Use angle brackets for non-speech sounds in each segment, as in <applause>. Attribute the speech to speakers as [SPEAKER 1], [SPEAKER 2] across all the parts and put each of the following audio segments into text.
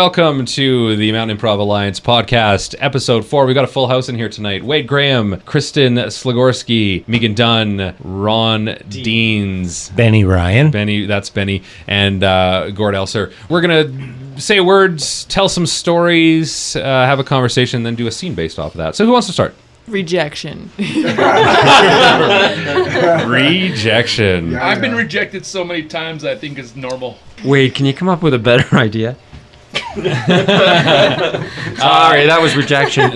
[SPEAKER 1] Welcome to the Mountain Improv Alliance podcast, episode four. We got a full house in here tonight. Wade Graham, Kristen Sligorsky, Megan Dunn, Ron Deans,
[SPEAKER 2] Benny Ryan.
[SPEAKER 1] Benny, that's Benny, and uh, Gord Elser. We're going to say words, tell some stories, uh, have a conversation, then do a scene based off of that. So, who wants to start?
[SPEAKER 3] rejection.
[SPEAKER 1] Rejection.
[SPEAKER 4] I've been rejected so many times. I think it's normal.
[SPEAKER 5] Wade, can you come up with a better
[SPEAKER 2] <laughs>
[SPEAKER 5] <laughs> idea? Sorry, that
[SPEAKER 2] <laughs>
[SPEAKER 5] was rejection.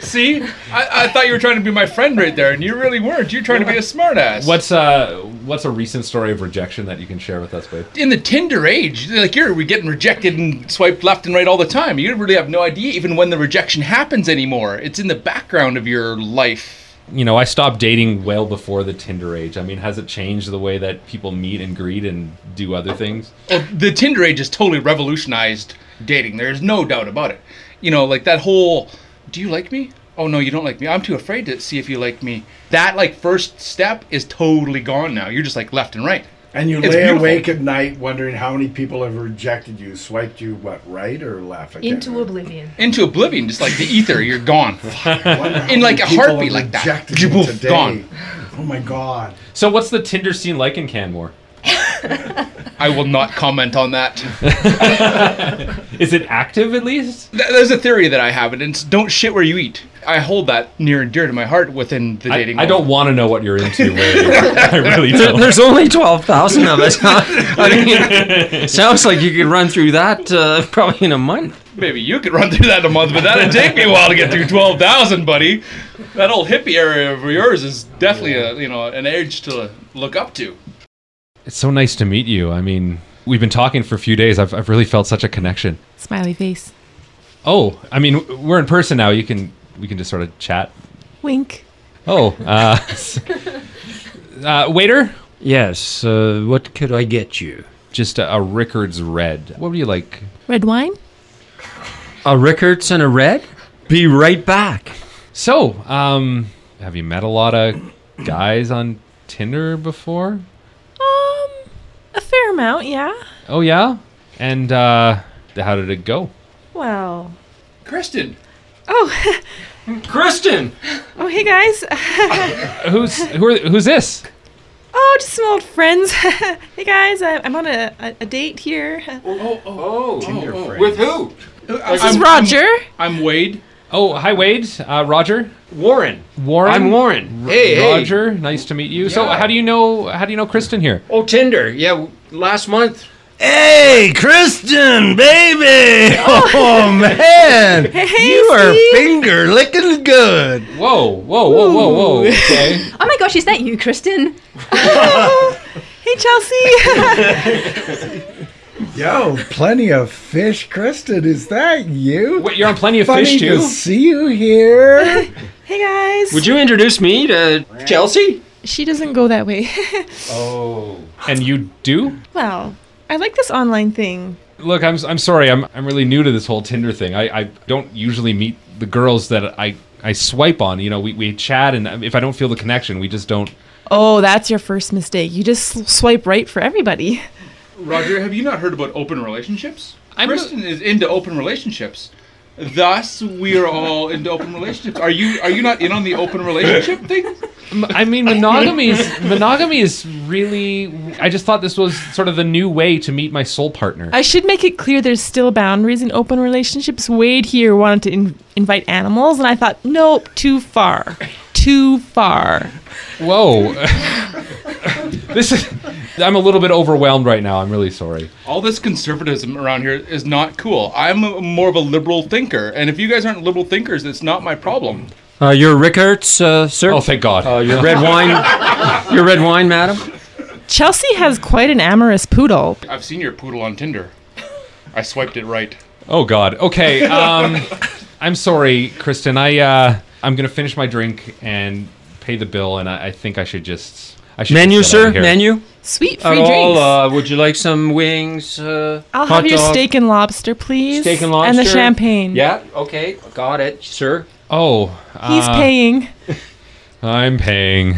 [SPEAKER 4] See, I, I thought you were trying to be my friend right there, and you really weren't. You're trying to be a smartass.
[SPEAKER 1] What's uh what's a recent story of rejection that you can share with us, Wade?
[SPEAKER 4] in the Tinder age? Like you're we're getting rejected and swiped left and right all the time. You really have no idea even when the rejection happens anymore. It's in the background of your life.
[SPEAKER 1] you know, I stopped dating well before the Tinder age. I mean, has it changed the way that people meet and greet and do other things?
[SPEAKER 4] Well, Uh, the Tinder age has totally revolutionized dating. There's no doubt about it. You know, like that whole, do you like me? Oh no, you don't like me. I'm too afraid to see if you like me. That like first step is totally gone now. You're just like left and right.
[SPEAKER 6] And you
[SPEAKER 4] It's
[SPEAKER 6] lay
[SPEAKER 4] beautiful.
[SPEAKER 6] awake at night wondering how many people have rejected you, swiped you, what, right or left? I can't
[SPEAKER 7] into
[SPEAKER 6] remember.
[SPEAKER 7] oblivion.
[SPEAKER 4] into oblivion, just like the ether. You're gone.
[SPEAKER 6] Wonder how
[SPEAKER 4] In like
[SPEAKER 6] many
[SPEAKER 4] a
[SPEAKER 6] people
[SPEAKER 4] heartbeat
[SPEAKER 6] have
[SPEAKER 4] like that.
[SPEAKER 6] rejected you
[SPEAKER 4] Jaboof,
[SPEAKER 6] today.
[SPEAKER 4] gone.
[SPEAKER 6] Oh my God.
[SPEAKER 1] So, what's the Tinder scene like in Canmore?
[SPEAKER 4] I will not comment on that. Th-
[SPEAKER 1] Is it active at least?
[SPEAKER 4] There's a theory that I have, and it's don't shit where you eat. I hold that near and dear to my heart within the
[SPEAKER 1] I,
[SPEAKER 4] dating.
[SPEAKER 1] I don't
[SPEAKER 4] world.
[SPEAKER 1] want to know what you're into. Wade. I really don't.
[SPEAKER 5] There's only 12,000 of us. <laughs> I mean, sounds like you could run through that uh, probably in a month.
[SPEAKER 4] Maybe you could run through that a month, but that'd take me a while to get through twelve thousand, buddy. That old hippie area of yours is definitely a you know an edge to look up to.
[SPEAKER 1] It's so nice to meet you. I mean, we've been talking for a few days. I've, I've really felt such a connection.
[SPEAKER 3] Smiley face.
[SPEAKER 1] Oh, I mean, we're in person now. You can we can just sort of chat.
[SPEAKER 3] Wink.
[SPEAKER 1] Oh, uh, <laughs> s- uh, waiter,
[SPEAKER 2] Yes, uh, what could I get you?
[SPEAKER 1] just a, a Rickards red. What would you like?
[SPEAKER 3] Red wine?
[SPEAKER 5] A Rickards and a red? Be right back.
[SPEAKER 1] So, um, have you met a lot of guys on Tinder before?
[SPEAKER 3] Um, a fair amount, yeah.
[SPEAKER 1] Oh yeah, and uh, how did it go?
[SPEAKER 3] Well.
[SPEAKER 4] Kristen,
[SPEAKER 3] Oh, <laughs>
[SPEAKER 5] Kristen!
[SPEAKER 3] oh, hey guys. <laughs>
[SPEAKER 1] Who's who? Are, who's this?
[SPEAKER 3] Oh, just some old friends. <laughs> hey guys, I, I'm on a, a, a date here.
[SPEAKER 4] Oh,
[SPEAKER 6] Tinder friends.
[SPEAKER 5] With who?
[SPEAKER 3] This is Roger.
[SPEAKER 4] I'm Wade.
[SPEAKER 1] Oh, hi Wade, uh, Roger,
[SPEAKER 5] Warren.
[SPEAKER 1] Warren.
[SPEAKER 5] I'm Warren.
[SPEAKER 1] R- Roger, nice to meet you. So,
[SPEAKER 5] Yeah.
[SPEAKER 1] how do you know? How do you know Kristen here?
[SPEAKER 5] Oh, Tinder. Yeah, w- last month.
[SPEAKER 2] Hey, Kristen, baby! Oh, man!
[SPEAKER 3] Hey,
[SPEAKER 2] you are
[SPEAKER 3] Steve.
[SPEAKER 2] finger licking good.
[SPEAKER 1] Whoa, whoa, whoa, whoa, whoa. Okay.
[SPEAKER 7] Oh my gosh, is that you, Kristen?
[SPEAKER 3] <laughs> Hey, Chelsea. <laughs>
[SPEAKER 6] Yo, plenty of fish. Kristen, is that you?
[SPEAKER 1] Wait, you're on plenty of
[SPEAKER 6] Funny
[SPEAKER 1] fish
[SPEAKER 6] to
[SPEAKER 1] too.
[SPEAKER 6] see you here.
[SPEAKER 3] hey guys.
[SPEAKER 5] Would you introduce me to Chelsea?
[SPEAKER 3] she doesn't go that way. <laughs>
[SPEAKER 1] Oh. And you do?
[SPEAKER 3] well, I like this online thing.
[SPEAKER 1] Look, I'm s- I'm sorry. I'm I'm really new to this whole Tinder thing. I I don't usually meet the girls that I I swipe on. You know, we we chat, and if I don't feel the connection, we just don't.
[SPEAKER 3] Oh, that's your first mistake. You just swipe right for everybody.
[SPEAKER 4] Roger, have you not heard about open relationships?
[SPEAKER 1] I'm
[SPEAKER 4] Kristen is into open relationships. Thus, we are all into open relationships. Are you are you not in on the open relationship thing?
[SPEAKER 1] I mean, monogamy is monogamy is really. I just thought this was sort of the new way to meet my soul partner.
[SPEAKER 3] I should make it clear there's still boundaries in open relationships. Wade here wanted to in- invite animals, and I thought, nope, too far. Too far.
[SPEAKER 1] Whoa, <laughs> this is. I'm a little bit overwhelmed right now. I'm really sorry.
[SPEAKER 4] All this conservatism around here is not cool. I'm a, more of a liberal thinker, and if you guys aren't liberal thinkers, it's not my problem.
[SPEAKER 5] Uh, your Rickards, uh, sir?
[SPEAKER 1] Oh, thank God.
[SPEAKER 5] Uh, your red wine, your red wine, madam.
[SPEAKER 3] Chelsea has quite an amorous poodle.
[SPEAKER 4] I've seen your poodle on Tinder. I swiped it right.
[SPEAKER 1] oh God. Okay. Um, <laughs> I'm sorry, Kristen. I uh, I'm gonna finish my drink and pay the bill, and I, I think I should just. I should
[SPEAKER 5] Menu,
[SPEAKER 1] just get out
[SPEAKER 5] sir.
[SPEAKER 1] of here.
[SPEAKER 5] Menu.
[SPEAKER 3] Sweet
[SPEAKER 5] At
[SPEAKER 3] free
[SPEAKER 5] all,
[SPEAKER 3] drinks.
[SPEAKER 5] uh, would you like some wings? Uh,
[SPEAKER 3] I'll
[SPEAKER 5] hot
[SPEAKER 3] have your
[SPEAKER 5] dog,
[SPEAKER 3] steak and lobster, please.
[SPEAKER 5] steak and lobster,
[SPEAKER 3] And the champagne.
[SPEAKER 5] Yeah. Okay. Got it, sir.
[SPEAKER 1] Oh,
[SPEAKER 3] He's
[SPEAKER 1] uh,
[SPEAKER 3] paying.
[SPEAKER 1] I'm paying.